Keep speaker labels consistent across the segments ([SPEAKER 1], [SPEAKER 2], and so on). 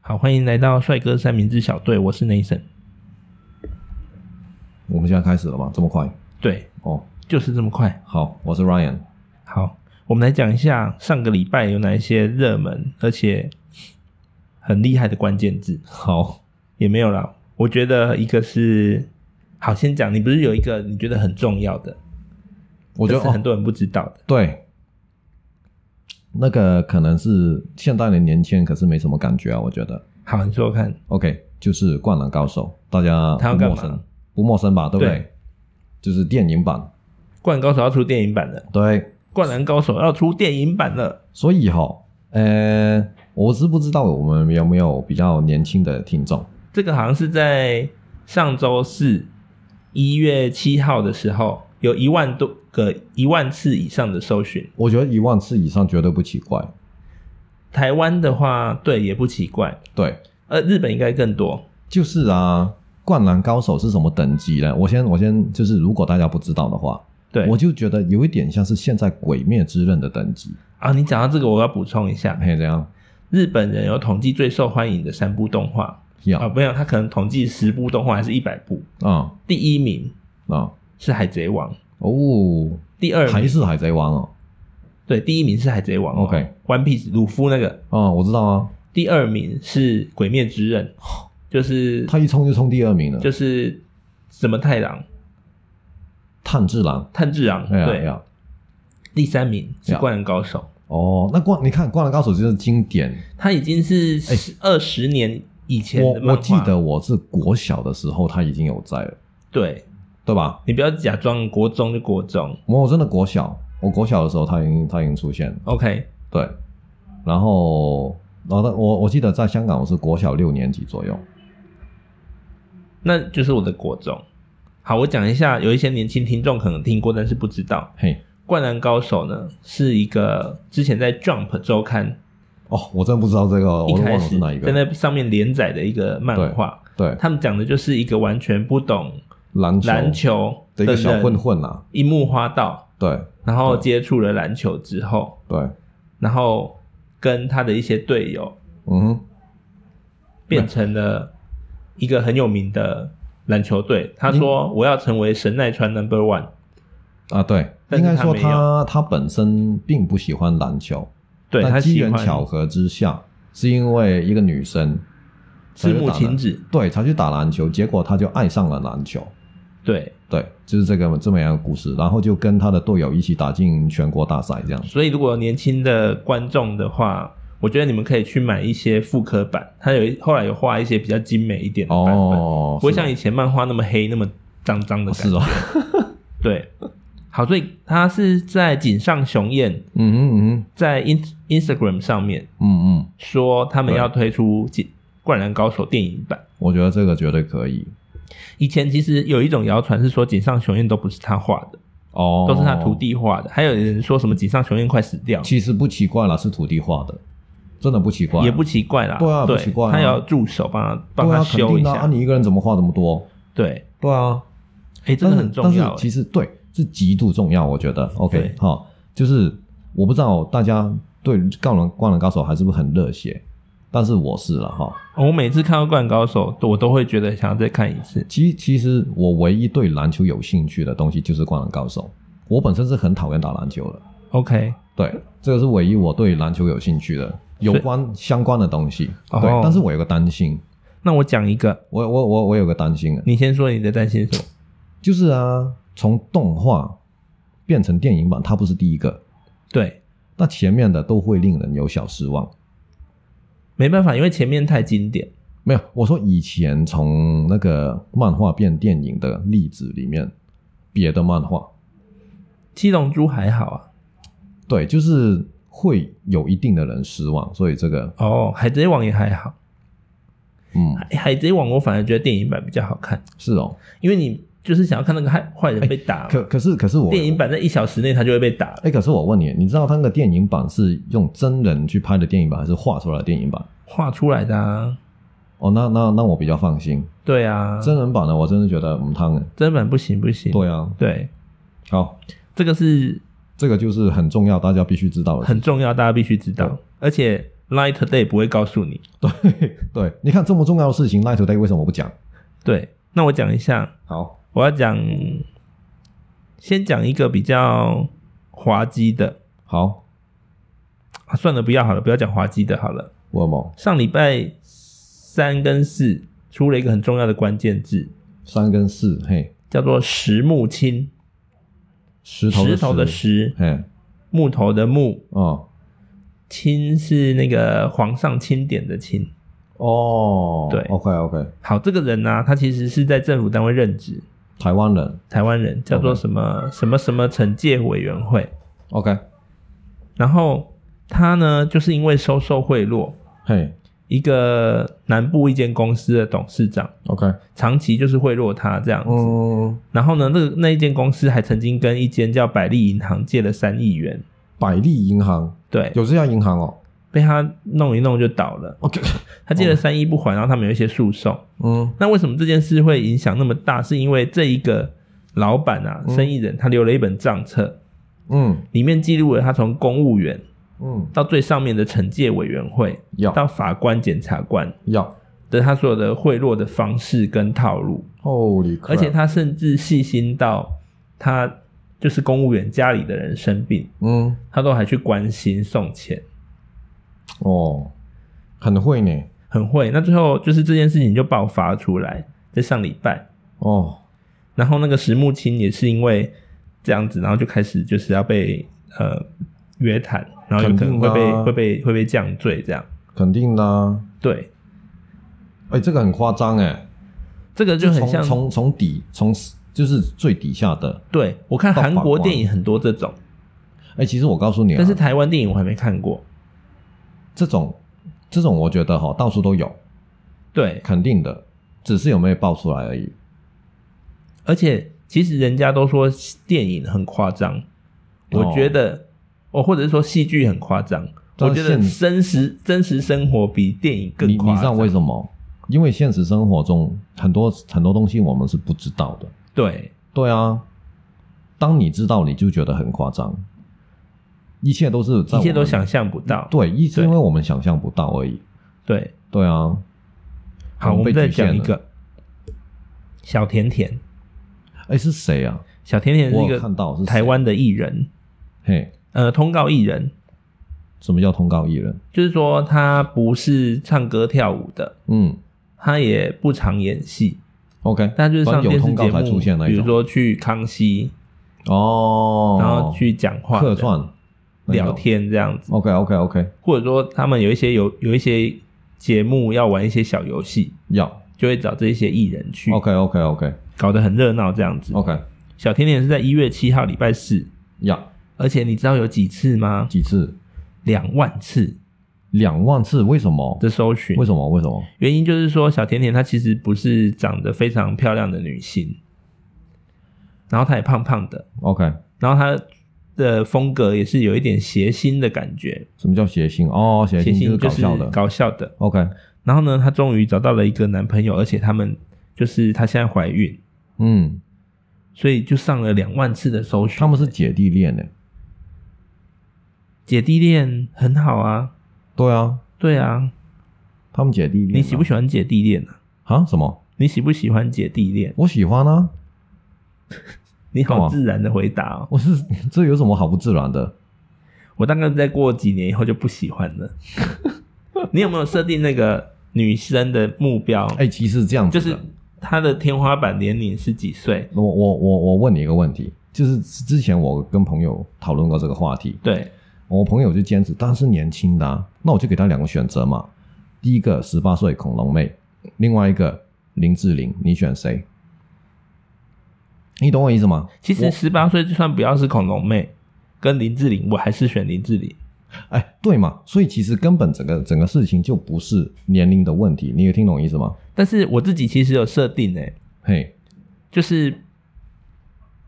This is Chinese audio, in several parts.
[SPEAKER 1] 好，欢迎来到帅哥三明治小队，我是 Nathan。
[SPEAKER 2] 我们现在开始了吗？这么快？
[SPEAKER 1] 对，
[SPEAKER 2] 哦，
[SPEAKER 1] 就是这么快。
[SPEAKER 2] 好，我是 Ryan。
[SPEAKER 1] 好，我们来讲一下上个礼拜有哪一些热门而且很厉害的关键字，
[SPEAKER 2] 好，
[SPEAKER 1] 也没有啦。我觉得一个是，好，先讲，你不是有一个你觉得很重要的，
[SPEAKER 2] 我觉得
[SPEAKER 1] 可是很
[SPEAKER 2] 哦，
[SPEAKER 1] 多人不知道的，
[SPEAKER 2] 对，那个可能是现代的年轻人，可是没什么感觉啊。我觉得
[SPEAKER 1] 好，你说说看，
[SPEAKER 2] ，OK，就是《灌篮高手》，大家
[SPEAKER 1] 他要
[SPEAKER 2] 不
[SPEAKER 1] 干
[SPEAKER 2] 陌
[SPEAKER 1] 嘛
[SPEAKER 2] 生，不陌生吧？对不对？
[SPEAKER 1] 对
[SPEAKER 2] 就是电影版，
[SPEAKER 1] 《灌篮高手》要出电影版了，《
[SPEAKER 2] 对，
[SPEAKER 1] 灌篮高手》要出电影版了，
[SPEAKER 2] 所以哈、呃，我是不知道我们有没有比较年轻的听众。
[SPEAKER 1] 这个好像是在上周四一月七号的时候，有一万多个一万次以上的搜寻。
[SPEAKER 2] 我觉得一万次以上绝对不奇怪，
[SPEAKER 1] 台湾的话，对也不奇怪，
[SPEAKER 2] 对，
[SPEAKER 1] 呃，日本应该更多。
[SPEAKER 2] 就是啊，《灌篮高手》是什么等级呢？我先，我先，就是如果大家不知道的话，
[SPEAKER 1] 对，
[SPEAKER 2] 我就觉得有一点像是现在《鬼灭之刃》的等级，
[SPEAKER 1] 啊，你讲到这个，我要补充一下，
[SPEAKER 2] 嘿，这样
[SPEAKER 1] 日本人有统计最受欢迎的三部动画
[SPEAKER 2] 要
[SPEAKER 1] 啊，没有，他可能统计十部动画还是一百部，
[SPEAKER 2] 啊
[SPEAKER 1] 第一名
[SPEAKER 2] 啊
[SPEAKER 1] 是《海贼王》，
[SPEAKER 2] 哦，
[SPEAKER 1] 第二
[SPEAKER 2] 还
[SPEAKER 1] 名
[SPEAKER 2] 是海贼王哦，
[SPEAKER 1] 对，第一名是《海贼王》哦
[SPEAKER 2] OK
[SPEAKER 1] One Piece》鲁夫那个，
[SPEAKER 2] 啊，我知道啊，
[SPEAKER 1] 第二名是《鬼灭之刃》，就是
[SPEAKER 2] 他一冲就冲第二名了，
[SPEAKER 1] 就是什么太郎、
[SPEAKER 2] 炭治郎，
[SPEAKER 1] 炭治郎，
[SPEAKER 2] 哎呀哎
[SPEAKER 1] 对，
[SPEAKER 2] 呀，
[SPEAKER 1] 第三名是
[SPEAKER 2] 对
[SPEAKER 1] 《
[SPEAKER 2] 啊
[SPEAKER 1] 灌篮高手》，
[SPEAKER 2] 哦，那灌你看《灌篮高手》就是经典，
[SPEAKER 1] 他已经是
[SPEAKER 2] 哎
[SPEAKER 1] 二十年以前的
[SPEAKER 2] 我
[SPEAKER 1] 漫画
[SPEAKER 2] 我记得我是国小的时候他已经有在了，
[SPEAKER 1] 对
[SPEAKER 2] 对吧？
[SPEAKER 1] 你不要假装国中就国中
[SPEAKER 2] 我真的国小，我国小的时候他已经他已经出现了。
[SPEAKER 1] ，OK，
[SPEAKER 2] 对，然后，然后我我记得在香港我是国小六年级左右，
[SPEAKER 1] 那就是我的国中。好，我讲一下，有一些年轻听众可能听过，但是不知道，
[SPEAKER 2] 嘿，
[SPEAKER 1] 《灌篮高手呢》是一个之前在《Jump》周刊
[SPEAKER 2] 哦，我真不知道这个，
[SPEAKER 1] 一
[SPEAKER 2] 我都忘
[SPEAKER 1] 开
[SPEAKER 2] 了
[SPEAKER 1] 始
[SPEAKER 2] 是哪一
[SPEAKER 1] 在
[SPEAKER 2] 个，
[SPEAKER 1] 那上面连载的一个漫画，
[SPEAKER 2] 对，
[SPEAKER 1] 他们讲的就是一个完全不懂
[SPEAKER 2] 篮球
[SPEAKER 1] 篮球
[SPEAKER 2] 的一个小
[SPEAKER 1] 人
[SPEAKER 2] 混混啦，
[SPEAKER 1] 樱木花道，
[SPEAKER 2] 对
[SPEAKER 1] 然后
[SPEAKER 2] 嗯
[SPEAKER 1] 接触了篮球之后，
[SPEAKER 2] 对，
[SPEAKER 1] 然后跟他的一些队友
[SPEAKER 2] 嗯哼，
[SPEAKER 1] 变成了一个很有名的篮球队。他
[SPEAKER 2] 嗯
[SPEAKER 1] 说：“我要成为神奈川 Number One。
[SPEAKER 2] 啊对，
[SPEAKER 1] 但
[SPEAKER 2] 应
[SPEAKER 1] 是
[SPEAKER 2] 该
[SPEAKER 1] 他
[SPEAKER 2] 说
[SPEAKER 1] 没
[SPEAKER 2] 他他本身并不喜欢篮球，
[SPEAKER 1] 对”
[SPEAKER 2] 但
[SPEAKER 1] 他
[SPEAKER 2] 机
[SPEAKER 1] 喜
[SPEAKER 2] 缘巧
[SPEAKER 1] 欢
[SPEAKER 2] 合之下，是因为一个女生，
[SPEAKER 1] 赤木晴子，
[SPEAKER 2] 对，才去打篮球，结果他就爱上了篮球。
[SPEAKER 1] 对，
[SPEAKER 2] 对，就是这个这么样的故事，然后就跟他的队友一起打进全国大赛，这样。
[SPEAKER 1] 所以如果有年轻的观众的话。我觉得你们可以去买一些复刻版，他有一后来有画一些比较精美一点的版本，
[SPEAKER 2] 哦，
[SPEAKER 1] 不会
[SPEAKER 2] 是
[SPEAKER 1] 像以前漫画那么黑、那么脏脏的
[SPEAKER 2] 哦
[SPEAKER 1] 感
[SPEAKER 2] 是
[SPEAKER 1] 觉。
[SPEAKER 2] 哦，
[SPEAKER 1] 对，好，所以他是在井上雄彦
[SPEAKER 2] 嗯嗯
[SPEAKER 1] 在 in Instagram 上面
[SPEAKER 2] 嗯嗯嗯，
[SPEAKER 1] 说他们要推出《灌篮高手》电影版。
[SPEAKER 2] 我觉得这个绝对可以
[SPEAKER 1] 以前其实有一种谣传是说井上雄彦都不是他画的，
[SPEAKER 2] 哦，
[SPEAKER 1] 都是他徒。弟画的。还有人说什么井上雄彦快死掉，
[SPEAKER 2] 其实不奇怪啦，是土地画的，真的不奇怪，
[SPEAKER 1] 也不奇怪啦。
[SPEAKER 2] 对啊不奇怪啊
[SPEAKER 1] 他也要助手帮他帮
[SPEAKER 2] 对
[SPEAKER 1] 他
[SPEAKER 2] 啊，肯
[SPEAKER 1] 修一
[SPEAKER 2] 定的啊，
[SPEAKER 1] 下。
[SPEAKER 2] 你一个人怎么画这么多？
[SPEAKER 1] 对，
[SPEAKER 2] 对啊，
[SPEAKER 1] 哎，这
[SPEAKER 2] 但
[SPEAKER 1] 个
[SPEAKER 2] 是
[SPEAKER 1] 很重
[SPEAKER 2] 但
[SPEAKER 1] 要
[SPEAKER 2] 是
[SPEAKER 1] 欸。
[SPEAKER 2] 其实对是极度重要，我觉得 OK
[SPEAKER 1] 对
[SPEAKER 2] 好，就是我不知道大家对《灌篮灌篮高手》还是不是很热血，但是我是了哈。
[SPEAKER 1] 哎我每次看到《灌篮高手》，我都会觉得想要再看一次。
[SPEAKER 2] 其其实我唯一对篮球有兴趣的东西就是《灌篮高手》，我本身是很讨厌打篮球的，
[SPEAKER 1] OK，
[SPEAKER 2] 对，这个是唯一我对篮球有兴趣的有关相关的东西。
[SPEAKER 1] 哦
[SPEAKER 2] 对，但是我有个担心，
[SPEAKER 1] 那我讲一个，
[SPEAKER 2] 我我我我有个担心啊，
[SPEAKER 1] 你先说你的担心是什么？
[SPEAKER 2] 就是啊，从动画变成电影版，它不是第一个，
[SPEAKER 1] 对，
[SPEAKER 2] 那前面的都会令人有小失望。
[SPEAKER 1] 没办法，因为前面太经典。
[SPEAKER 2] 没有，我说以前从那个漫画变电影的例子里面，别的漫画，
[SPEAKER 1] 七龙珠还好啊，
[SPEAKER 2] 对，就是会有一定的人失望，所以这个，
[SPEAKER 1] 哦，海贼王也还好。
[SPEAKER 2] 嗯，
[SPEAKER 1] 海哎海贼王我反而觉得电影版比较好看，
[SPEAKER 2] 是哦。
[SPEAKER 1] 因为你就是想要看那个坏坏人被打嘛。
[SPEAKER 2] 哎可可是可是我
[SPEAKER 1] 电影版在一小时内他就会被打了，
[SPEAKER 2] 哎、可是我问你，你知道他那个电影版是用真人去拍的电影版，还是画出来的电影版？
[SPEAKER 1] 画出来的啊。
[SPEAKER 2] 哦，那那那我比较放心。
[SPEAKER 1] 对啊，
[SPEAKER 2] 真人版的我真的觉得嗯汤哎。
[SPEAKER 1] 真版不行不行。
[SPEAKER 2] 对啊，
[SPEAKER 1] 对
[SPEAKER 2] 好，
[SPEAKER 1] 这个是
[SPEAKER 2] 这个就是很重要，大家必须知道的。
[SPEAKER 1] 很重要，大家必须知道。而且 Line Today 不会告诉你。
[SPEAKER 2] 对对，你看这么重要的事情，Light Today 为什么不讲？
[SPEAKER 1] 对，那我讲一下，
[SPEAKER 2] 好，
[SPEAKER 1] 我要讲，先讲一个比较滑稽的
[SPEAKER 2] 好，
[SPEAKER 1] 啊，算了，不要好了，不要讲滑稽的好了。
[SPEAKER 2] 我某
[SPEAKER 1] 上礼拜三跟四出了一个很重要的关键字，
[SPEAKER 2] 三跟四，嘿，
[SPEAKER 1] 叫做石木青，
[SPEAKER 2] 石头
[SPEAKER 1] 石头的
[SPEAKER 2] 石，
[SPEAKER 1] 石，
[SPEAKER 2] 嘿，
[SPEAKER 1] 木头的木，
[SPEAKER 2] 哦
[SPEAKER 1] 青是那个皇上钦点的钦。
[SPEAKER 2] 哦，
[SPEAKER 1] 对
[SPEAKER 2] ，OK OK，
[SPEAKER 1] 好，这个人呢、他其实是在政府单位任职，
[SPEAKER 2] 台湾人
[SPEAKER 1] 台湾人，叫做
[SPEAKER 2] OK
[SPEAKER 1] 什么什么什么惩戒委员会。
[SPEAKER 2] ，OK，
[SPEAKER 1] 然后他呢，就是因为收受贿赂，
[SPEAKER 2] 嘿
[SPEAKER 1] 一个南部一间公司的董事长，
[SPEAKER 2] ，OK，
[SPEAKER 1] 长期就是贿赂他这样子。
[SPEAKER 2] 嗯，
[SPEAKER 1] 然后呢，那个那一间公司还曾经跟一间叫百利银行借了三亿元，
[SPEAKER 2] 百利银行
[SPEAKER 1] 对，
[SPEAKER 2] 有这家银行哦
[SPEAKER 1] 被他弄一弄就倒了。
[SPEAKER 2] ，OK，
[SPEAKER 1] 他借了三亿不还，然后他们有一些诉讼。
[SPEAKER 2] 嗯
[SPEAKER 1] 那为什么这件事会影响那么大？是因为这一个老板啊，
[SPEAKER 2] 嗯
[SPEAKER 1] 生意人，他留了一本账册，
[SPEAKER 2] 嗯
[SPEAKER 1] 里面记录了他从公务员
[SPEAKER 2] 嗯，
[SPEAKER 1] 到最上面的惩戒委员会，
[SPEAKER 2] 要
[SPEAKER 1] 到法官、检察官
[SPEAKER 2] 要
[SPEAKER 1] 的他所有的贿赂的方式跟套路，
[SPEAKER 2] ，Holy，crap
[SPEAKER 1] 而且他甚至细心到他就是公务员家里的人生病，
[SPEAKER 2] 嗯
[SPEAKER 1] 他都还去关心送钱，
[SPEAKER 2] 哦，很会呢，
[SPEAKER 1] 很会。那最后就是这件事情就爆发出来，在上礼拜，
[SPEAKER 2] 哦，
[SPEAKER 1] 然后那个石木青也是因为这样子，然后就开始就是要被呃约谈，然后有可能会
[SPEAKER 2] 肯
[SPEAKER 1] 被、
[SPEAKER 2] 定啊
[SPEAKER 1] 会被会被降罪这样。
[SPEAKER 2] 肯定的啊，
[SPEAKER 1] 对，
[SPEAKER 2] 哎，这个很夸张哎，
[SPEAKER 1] 这个就很
[SPEAKER 2] 从
[SPEAKER 1] 像
[SPEAKER 2] 从从底从就是最底下的，
[SPEAKER 1] 对我看
[SPEAKER 2] 到法
[SPEAKER 1] 韩国
[SPEAKER 2] 官
[SPEAKER 1] 电影很多这种，
[SPEAKER 2] 哎，其实我告诉你啊，
[SPEAKER 1] 但是台湾电影我还没看过。
[SPEAKER 2] 这种这种我觉得哈，到处都有，
[SPEAKER 1] 对，
[SPEAKER 2] 肯定的，只是有没有爆出来而已。
[SPEAKER 1] 而且其实人家都说电影很夸张，我觉得，哦，或者是说戏剧很夸张，
[SPEAKER 2] 但
[SPEAKER 1] 我
[SPEAKER 2] 是
[SPEAKER 1] 觉得
[SPEAKER 2] 现
[SPEAKER 1] 真实真实生活比电影更
[SPEAKER 2] 你
[SPEAKER 1] 夸
[SPEAKER 2] 你知道
[SPEAKER 1] 张。
[SPEAKER 2] 为什么？因为现实生活中很多很多东西我们是不知道的。
[SPEAKER 1] 对
[SPEAKER 2] 对啊，当你知道，你就觉得很夸张，一切都是在
[SPEAKER 1] 一切
[SPEAKER 2] 我
[SPEAKER 1] 都
[SPEAKER 2] 们
[SPEAKER 1] 想象不到。
[SPEAKER 2] 对，一是
[SPEAKER 1] 对
[SPEAKER 2] 因为我们想象不到而已。
[SPEAKER 1] 对，
[SPEAKER 2] 对啊，
[SPEAKER 1] 好，我
[SPEAKER 2] 被
[SPEAKER 1] 们再
[SPEAKER 2] 局限
[SPEAKER 1] 讲一
[SPEAKER 2] 了。
[SPEAKER 1] 个小甜甜。
[SPEAKER 2] 哎，是谁啊？
[SPEAKER 1] 小甜甜是一
[SPEAKER 2] 我有
[SPEAKER 1] 个
[SPEAKER 2] 看到是谁
[SPEAKER 1] 台。湾的艺人，
[SPEAKER 2] 嘿，
[SPEAKER 1] 呃，通告艺人，
[SPEAKER 2] 什么叫通告艺人？
[SPEAKER 1] 就是说他不是唱歌跳舞的，
[SPEAKER 2] 嗯
[SPEAKER 1] 他也不常演戏，
[SPEAKER 2] ，OK，
[SPEAKER 1] 他就是上
[SPEAKER 2] 反正
[SPEAKER 1] 电
[SPEAKER 2] 有
[SPEAKER 1] 视
[SPEAKER 2] 通
[SPEAKER 1] 节
[SPEAKER 2] 告才出
[SPEAKER 1] 目，
[SPEAKER 2] 现那
[SPEAKER 1] 比
[SPEAKER 2] 一
[SPEAKER 1] 如
[SPEAKER 2] 种。
[SPEAKER 1] 说去康熙，
[SPEAKER 2] 哦，
[SPEAKER 1] 然后去讲话、
[SPEAKER 2] 客串那种
[SPEAKER 1] 聊。天这样子，
[SPEAKER 2] OK OK OK，
[SPEAKER 1] 或者说他们有一些有有一些节目要玩一些小游戏，
[SPEAKER 2] 要
[SPEAKER 1] 就会找这些艺人去
[SPEAKER 2] OK OK OK
[SPEAKER 1] 搞得很热闹这样子。
[SPEAKER 2] OK
[SPEAKER 1] 小甜甜是在一月七号礼拜四，
[SPEAKER 2] 要
[SPEAKER 1] 而且你知道有几次吗？
[SPEAKER 2] 几次？
[SPEAKER 1] 两万次
[SPEAKER 2] 两万次？为什么
[SPEAKER 1] 的？搜寻
[SPEAKER 2] 为。什么？为什么？
[SPEAKER 1] 原因就是说，小甜甜她其实不是长得非常漂亮的女星，然后她也胖胖的，
[SPEAKER 2] OK，
[SPEAKER 1] 然后她的风格也是有一点谐星的感觉，
[SPEAKER 2] 什么叫谐星？哦，谐
[SPEAKER 1] 谐
[SPEAKER 2] 星
[SPEAKER 1] 星
[SPEAKER 2] 是搞
[SPEAKER 1] 就是
[SPEAKER 2] 笑的。
[SPEAKER 1] 搞笑的。
[SPEAKER 2] OK，
[SPEAKER 1] 然后呢，她终于找到了一个男朋友，而且他们就是她现在怀孕，
[SPEAKER 2] 嗯，
[SPEAKER 1] 所以就上了两万次的搜寻。
[SPEAKER 2] 他们是姐弟恋呢。
[SPEAKER 1] 姐弟恋很好啊，
[SPEAKER 2] 对啊，
[SPEAKER 1] 对啊，
[SPEAKER 2] 他们姐弟恋啊。
[SPEAKER 1] 你喜不喜欢姐弟恋啊？
[SPEAKER 2] 啊？什么？
[SPEAKER 1] 你喜不喜欢姐弟恋？
[SPEAKER 2] 我喜欢啊。
[SPEAKER 1] 你
[SPEAKER 2] 干
[SPEAKER 1] 好
[SPEAKER 2] 嘛
[SPEAKER 1] 自然的回答哦，
[SPEAKER 2] 我是 这有什么好不自然的？
[SPEAKER 1] 我大概再过几年以后就不喜欢 了。你有没有设定那个女生的目标？
[SPEAKER 2] 哎，其实这样子
[SPEAKER 1] 就
[SPEAKER 2] 的
[SPEAKER 1] 是她的天花板年龄是几岁？
[SPEAKER 2] 我我我我问你一个问题，就是之前我跟朋友讨论过这个话题，
[SPEAKER 1] 对，
[SPEAKER 2] 我朋友就坚持，但是年轻的、啊，那我就给他两个选择嘛。第一个十八岁恐龙妹，另外一个林志玲，你选谁？你懂我意思吗？
[SPEAKER 1] 其实
[SPEAKER 2] 我
[SPEAKER 1] 十八岁就算不要是恐龙妹，跟林志玲，我还是选林志玲。
[SPEAKER 2] 哎，对嘛，所以其实根本整个整个事情就不是年龄的问题，你有听懂我意思吗？
[SPEAKER 1] 但是我自己其实有设定诶、
[SPEAKER 2] 嘿，
[SPEAKER 1] 就是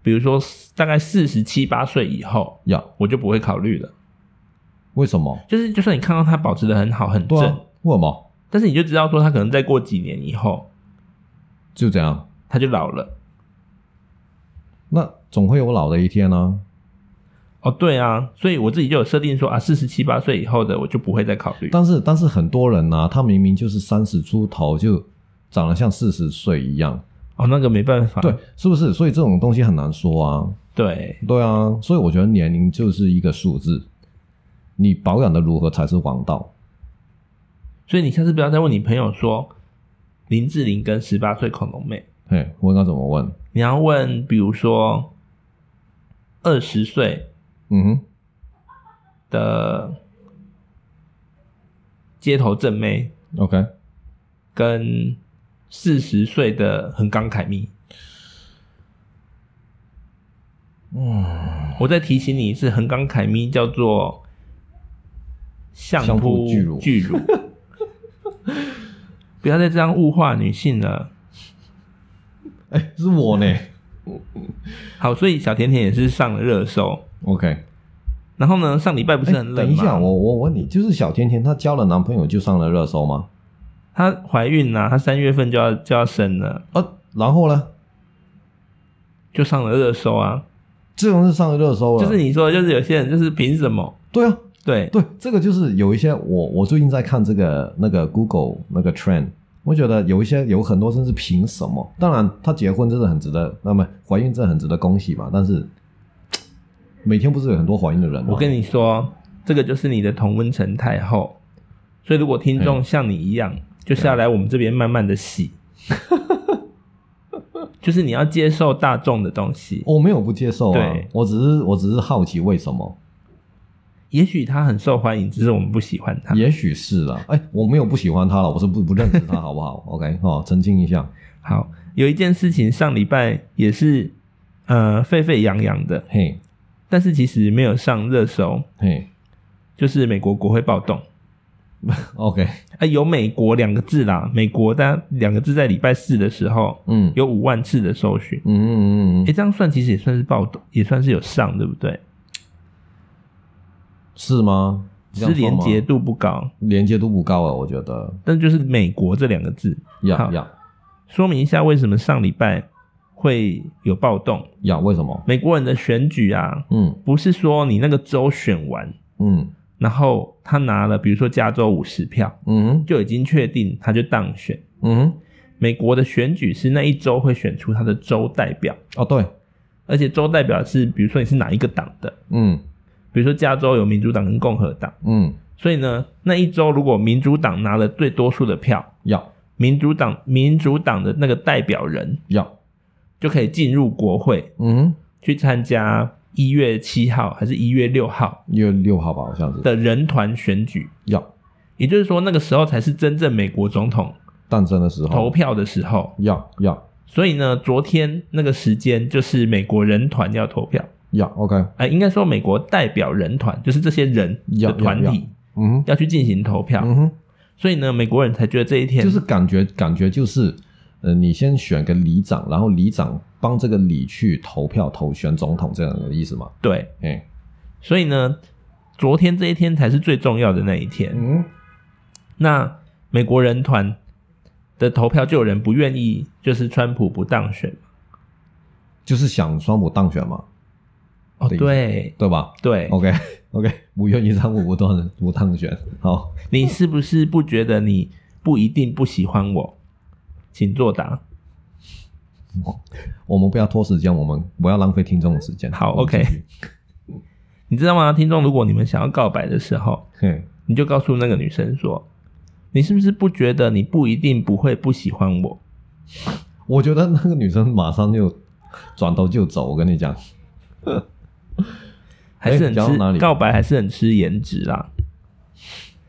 [SPEAKER 1] 比如说大概四十七八岁以后，
[SPEAKER 2] 呀，
[SPEAKER 1] 我就不会考虑了。
[SPEAKER 2] 为什么？
[SPEAKER 1] 就是就算你看到她保持的很好很
[SPEAKER 2] 对
[SPEAKER 1] 正，
[SPEAKER 2] 啊，为什么？
[SPEAKER 1] 但是你就知道说她可能再过几年以后，
[SPEAKER 2] 就这样，
[SPEAKER 1] 她就老了。
[SPEAKER 2] 那总会有老的一天啊。
[SPEAKER 1] 哦，对啊，所以我自己就有设定说啊，四十七八岁以后的我就不会再考虑。
[SPEAKER 2] 但是但是很多人呢、他明明就是三十出头就长得像四十岁一样，
[SPEAKER 1] 哦，那个没办法，
[SPEAKER 2] 对，是不是？所以这种东西很难说啊。
[SPEAKER 1] 对
[SPEAKER 2] 对啊，所以我觉得年龄就是一个数字，你保养的如何才是王道。
[SPEAKER 1] 所以你下次不要再问你朋友说林志玲跟十八岁恐龙妹，
[SPEAKER 2] 嘿，我应该怎么问？
[SPEAKER 1] 你要问比如说二十岁
[SPEAKER 2] 嗯哼，
[SPEAKER 1] 的街头正妹
[SPEAKER 2] OK，
[SPEAKER 1] 跟四十岁的横纲凯蜜。
[SPEAKER 2] 嗯，
[SPEAKER 1] 我再提醒你一次，横纲凯咪叫做相
[SPEAKER 2] 相
[SPEAKER 1] 扑
[SPEAKER 2] 扑巨乳
[SPEAKER 1] 巨 乳，不要再这样物化女性了。
[SPEAKER 2] 哎，是我呢。
[SPEAKER 1] 好，所以小甜甜也是上了热搜。
[SPEAKER 2] OK，
[SPEAKER 1] 然后呢，上礼拜不
[SPEAKER 2] 不
[SPEAKER 1] 是很冷吗？
[SPEAKER 2] 哎等一下，我我问你，就是小甜甜她交了男朋友就上了热搜吗？
[SPEAKER 1] 她怀孕啦、她三月份就要就要生了，
[SPEAKER 2] 啊，然后呢？
[SPEAKER 1] 就上了热搜啊。
[SPEAKER 2] 这种是上了热搜了，
[SPEAKER 1] 就是你说，就是有些人就是凭什么？
[SPEAKER 2] 对啊，
[SPEAKER 1] 对，
[SPEAKER 2] 对，这个就是有一些我我最近在看这个那个 Google 那个 trend，我觉得有一些有很多真是凭什么？当然，她结婚真的很值得，那么怀孕真的很值得恭喜嘛。但是每天不是有很多怀孕的人吗？
[SPEAKER 1] 我跟你说，这个就是你的同温层太厚，所以如果听众像你一样，就是要来我们这边慢慢的洗，就是你要接受大众的东西。
[SPEAKER 2] 我没有不接受啊
[SPEAKER 1] 对，
[SPEAKER 2] 我只是我只是好奇为什么，
[SPEAKER 1] 也许他很受欢迎，只是我们不喜欢他。
[SPEAKER 2] 也许是啦、哎，我没有不喜欢她了，我是不不认识她，好不好？OK，哦，澄清一下，
[SPEAKER 1] 好，有一件事情上礼拜也是呃沸沸扬扬的，
[SPEAKER 2] 嘿
[SPEAKER 1] 但是其实没有上热搜，
[SPEAKER 2] 嘿
[SPEAKER 1] 就是美国国会暴动。
[SPEAKER 2] ，OK，
[SPEAKER 1] 啊、有“美国”两个字啦，美国大家两个字在礼拜四的时候
[SPEAKER 2] 嗯
[SPEAKER 1] 有哎五万次的搜寻，
[SPEAKER 2] 嗯嗯嗯嗯
[SPEAKER 1] 诶，这样算其实也算是暴动，也算是有上，对不对？
[SPEAKER 2] 是吗？
[SPEAKER 1] 只是连
[SPEAKER 2] 接
[SPEAKER 1] 结度不高，
[SPEAKER 2] 连接度不高啊，我觉得，
[SPEAKER 1] 但就是美国这两个字，
[SPEAKER 2] 呀
[SPEAKER 1] 好
[SPEAKER 2] 呀
[SPEAKER 1] 说明一下为什么上礼拜会有暴动。
[SPEAKER 2] 呀，为什么？
[SPEAKER 1] 美国人的选举啊，
[SPEAKER 2] 嗯
[SPEAKER 1] 不是说你那个州选完，
[SPEAKER 2] 嗯
[SPEAKER 1] 然后他拿了比如说加州五十票，
[SPEAKER 2] 嗯
[SPEAKER 1] 就已经确定他就当选。
[SPEAKER 2] 嗯，
[SPEAKER 1] 美国的选举是那一州会选出他的州代表，
[SPEAKER 2] 哦对，
[SPEAKER 1] 而且州代表是比如说你是哪一个党的，
[SPEAKER 2] 嗯
[SPEAKER 1] 比如说加州有民主党跟共和党。
[SPEAKER 2] 嗯
[SPEAKER 1] 所以呢，那一周如果民主党拿了最多数的票，
[SPEAKER 2] 呀
[SPEAKER 1] 民主党民主党的那个代表人
[SPEAKER 2] 呀，
[SPEAKER 1] 就可以进入国会
[SPEAKER 2] 嗯，
[SPEAKER 1] 去参加一月七号还是一月六号
[SPEAKER 2] 一月六号吧，好像是
[SPEAKER 1] 的人团选举。
[SPEAKER 2] 呀，
[SPEAKER 1] 也就是说，那个时候才是真正美国总统
[SPEAKER 2] 诞生的时
[SPEAKER 1] 投
[SPEAKER 2] 候，
[SPEAKER 1] 票的时候。
[SPEAKER 2] 呀呀
[SPEAKER 1] 所以呢，昨天那个时间就是美国人团要投票，
[SPEAKER 2] 呀，OK，
[SPEAKER 1] 哎、应该说美国代表人团，就是这些人
[SPEAKER 2] 呀
[SPEAKER 1] 的团
[SPEAKER 2] 呀
[SPEAKER 1] 体
[SPEAKER 2] 嗯哼
[SPEAKER 1] 要去进行投票。
[SPEAKER 2] 嗯哼，
[SPEAKER 1] 所以呢，美国人才觉得这一天
[SPEAKER 2] 就是感觉感觉就是，呃，你先选个里长，然后里长帮这个里去投票投选总统这样的意思嘛？
[SPEAKER 1] 对。
[SPEAKER 2] 哎，
[SPEAKER 1] 所以呢，昨天这一天才是最重要的那一天。
[SPEAKER 2] 嗯
[SPEAKER 1] 那美国人团的投票就有人不愿意，就是川普不当选嘛
[SPEAKER 2] 就是想川普当选嘛，
[SPEAKER 1] 哦，
[SPEAKER 2] 对哦
[SPEAKER 1] 对
[SPEAKER 2] 对吧
[SPEAKER 1] 对，
[SPEAKER 2] ？OK OK，不愿意川普不当不当选，好。
[SPEAKER 1] 你是不是不觉得你不一定不喜欢我？请作答。
[SPEAKER 2] 我们不要拖时间，我们不要浪费听众的时间。
[SPEAKER 1] 好
[SPEAKER 2] 我们继
[SPEAKER 1] OK
[SPEAKER 2] 续
[SPEAKER 1] 你知道吗，听众？如果你们想要告白的时候，
[SPEAKER 2] 嘿，
[SPEAKER 1] 你就告诉那个女生说：“你是不是不觉得你不一定不会不喜欢我？
[SPEAKER 2] 我觉得那个女生马上就转头就走，我跟你讲，
[SPEAKER 1] 还是很
[SPEAKER 2] 哎讲到哪
[SPEAKER 1] 吃
[SPEAKER 2] 里
[SPEAKER 1] 告白，还是很吃颜值啦。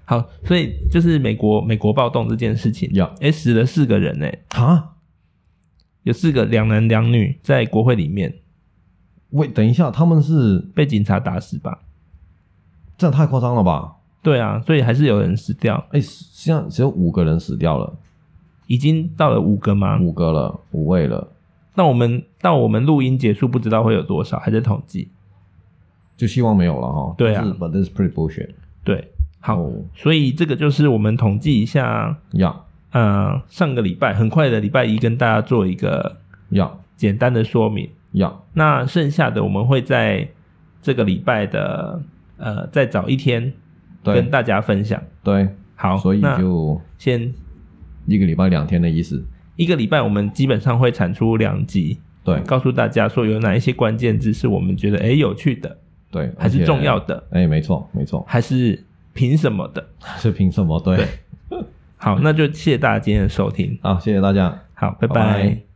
[SPEAKER 1] 好，所以就是美国美国暴动这件事情，
[SPEAKER 2] 呀
[SPEAKER 1] 哎、死了四个人呢、
[SPEAKER 2] 啊，
[SPEAKER 1] 有四个两男两女在国会里面
[SPEAKER 2] 喂，等一下，他们是
[SPEAKER 1] 被警察打死吧？
[SPEAKER 2] 这样太夸张了吧？
[SPEAKER 1] 对啊，所以还是有人死掉，
[SPEAKER 2] 哎，现在只有五个人死掉了，
[SPEAKER 1] 已经到了五个吗？
[SPEAKER 2] 五个了，五位了，
[SPEAKER 1] 那我们到我们录音结束，不知道会有多少，还在统计。
[SPEAKER 2] 就希望没有了哈。
[SPEAKER 1] 对啊
[SPEAKER 2] 但是，But this is pretty bullshit。
[SPEAKER 1] 对，好，
[SPEAKER 2] 哦
[SPEAKER 1] 所以这个就是我们统计一下，
[SPEAKER 2] 呀
[SPEAKER 1] 呃，上个礼拜很快的礼拜一跟大家做一个
[SPEAKER 2] 呀
[SPEAKER 1] 简单的说明。
[SPEAKER 2] 呀，
[SPEAKER 1] 那剩下的我们会在这个礼拜的呃再早一天跟
[SPEAKER 2] 对
[SPEAKER 1] 大家分享。
[SPEAKER 2] 对，
[SPEAKER 1] 好，
[SPEAKER 2] 所以
[SPEAKER 1] 那
[SPEAKER 2] 就
[SPEAKER 1] 先
[SPEAKER 2] 一个礼拜两天的意思。
[SPEAKER 1] 一个礼拜，我们基本上会产出两集，
[SPEAKER 2] 对
[SPEAKER 1] 告诉大家说有哪一些关键字是我们觉得诶有趣的，
[SPEAKER 2] 对，
[SPEAKER 1] 还是
[SPEAKER 2] 而且
[SPEAKER 1] 重要。的，
[SPEAKER 2] 哎，没错没错，
[SPEAKER 1] 还是凭什么的。
[SPEAKER 2] 是凭什么？对，
[SPEAKER 1] 好，那就谢谢大家今天的收听，
[SPEAKER 2] 好，谢谢大家。
[SPEAKER 1] 好，拜
[SPEAKER 2] 拜
[SPEAKER 1] 拜
[SPEAKER 2] 拜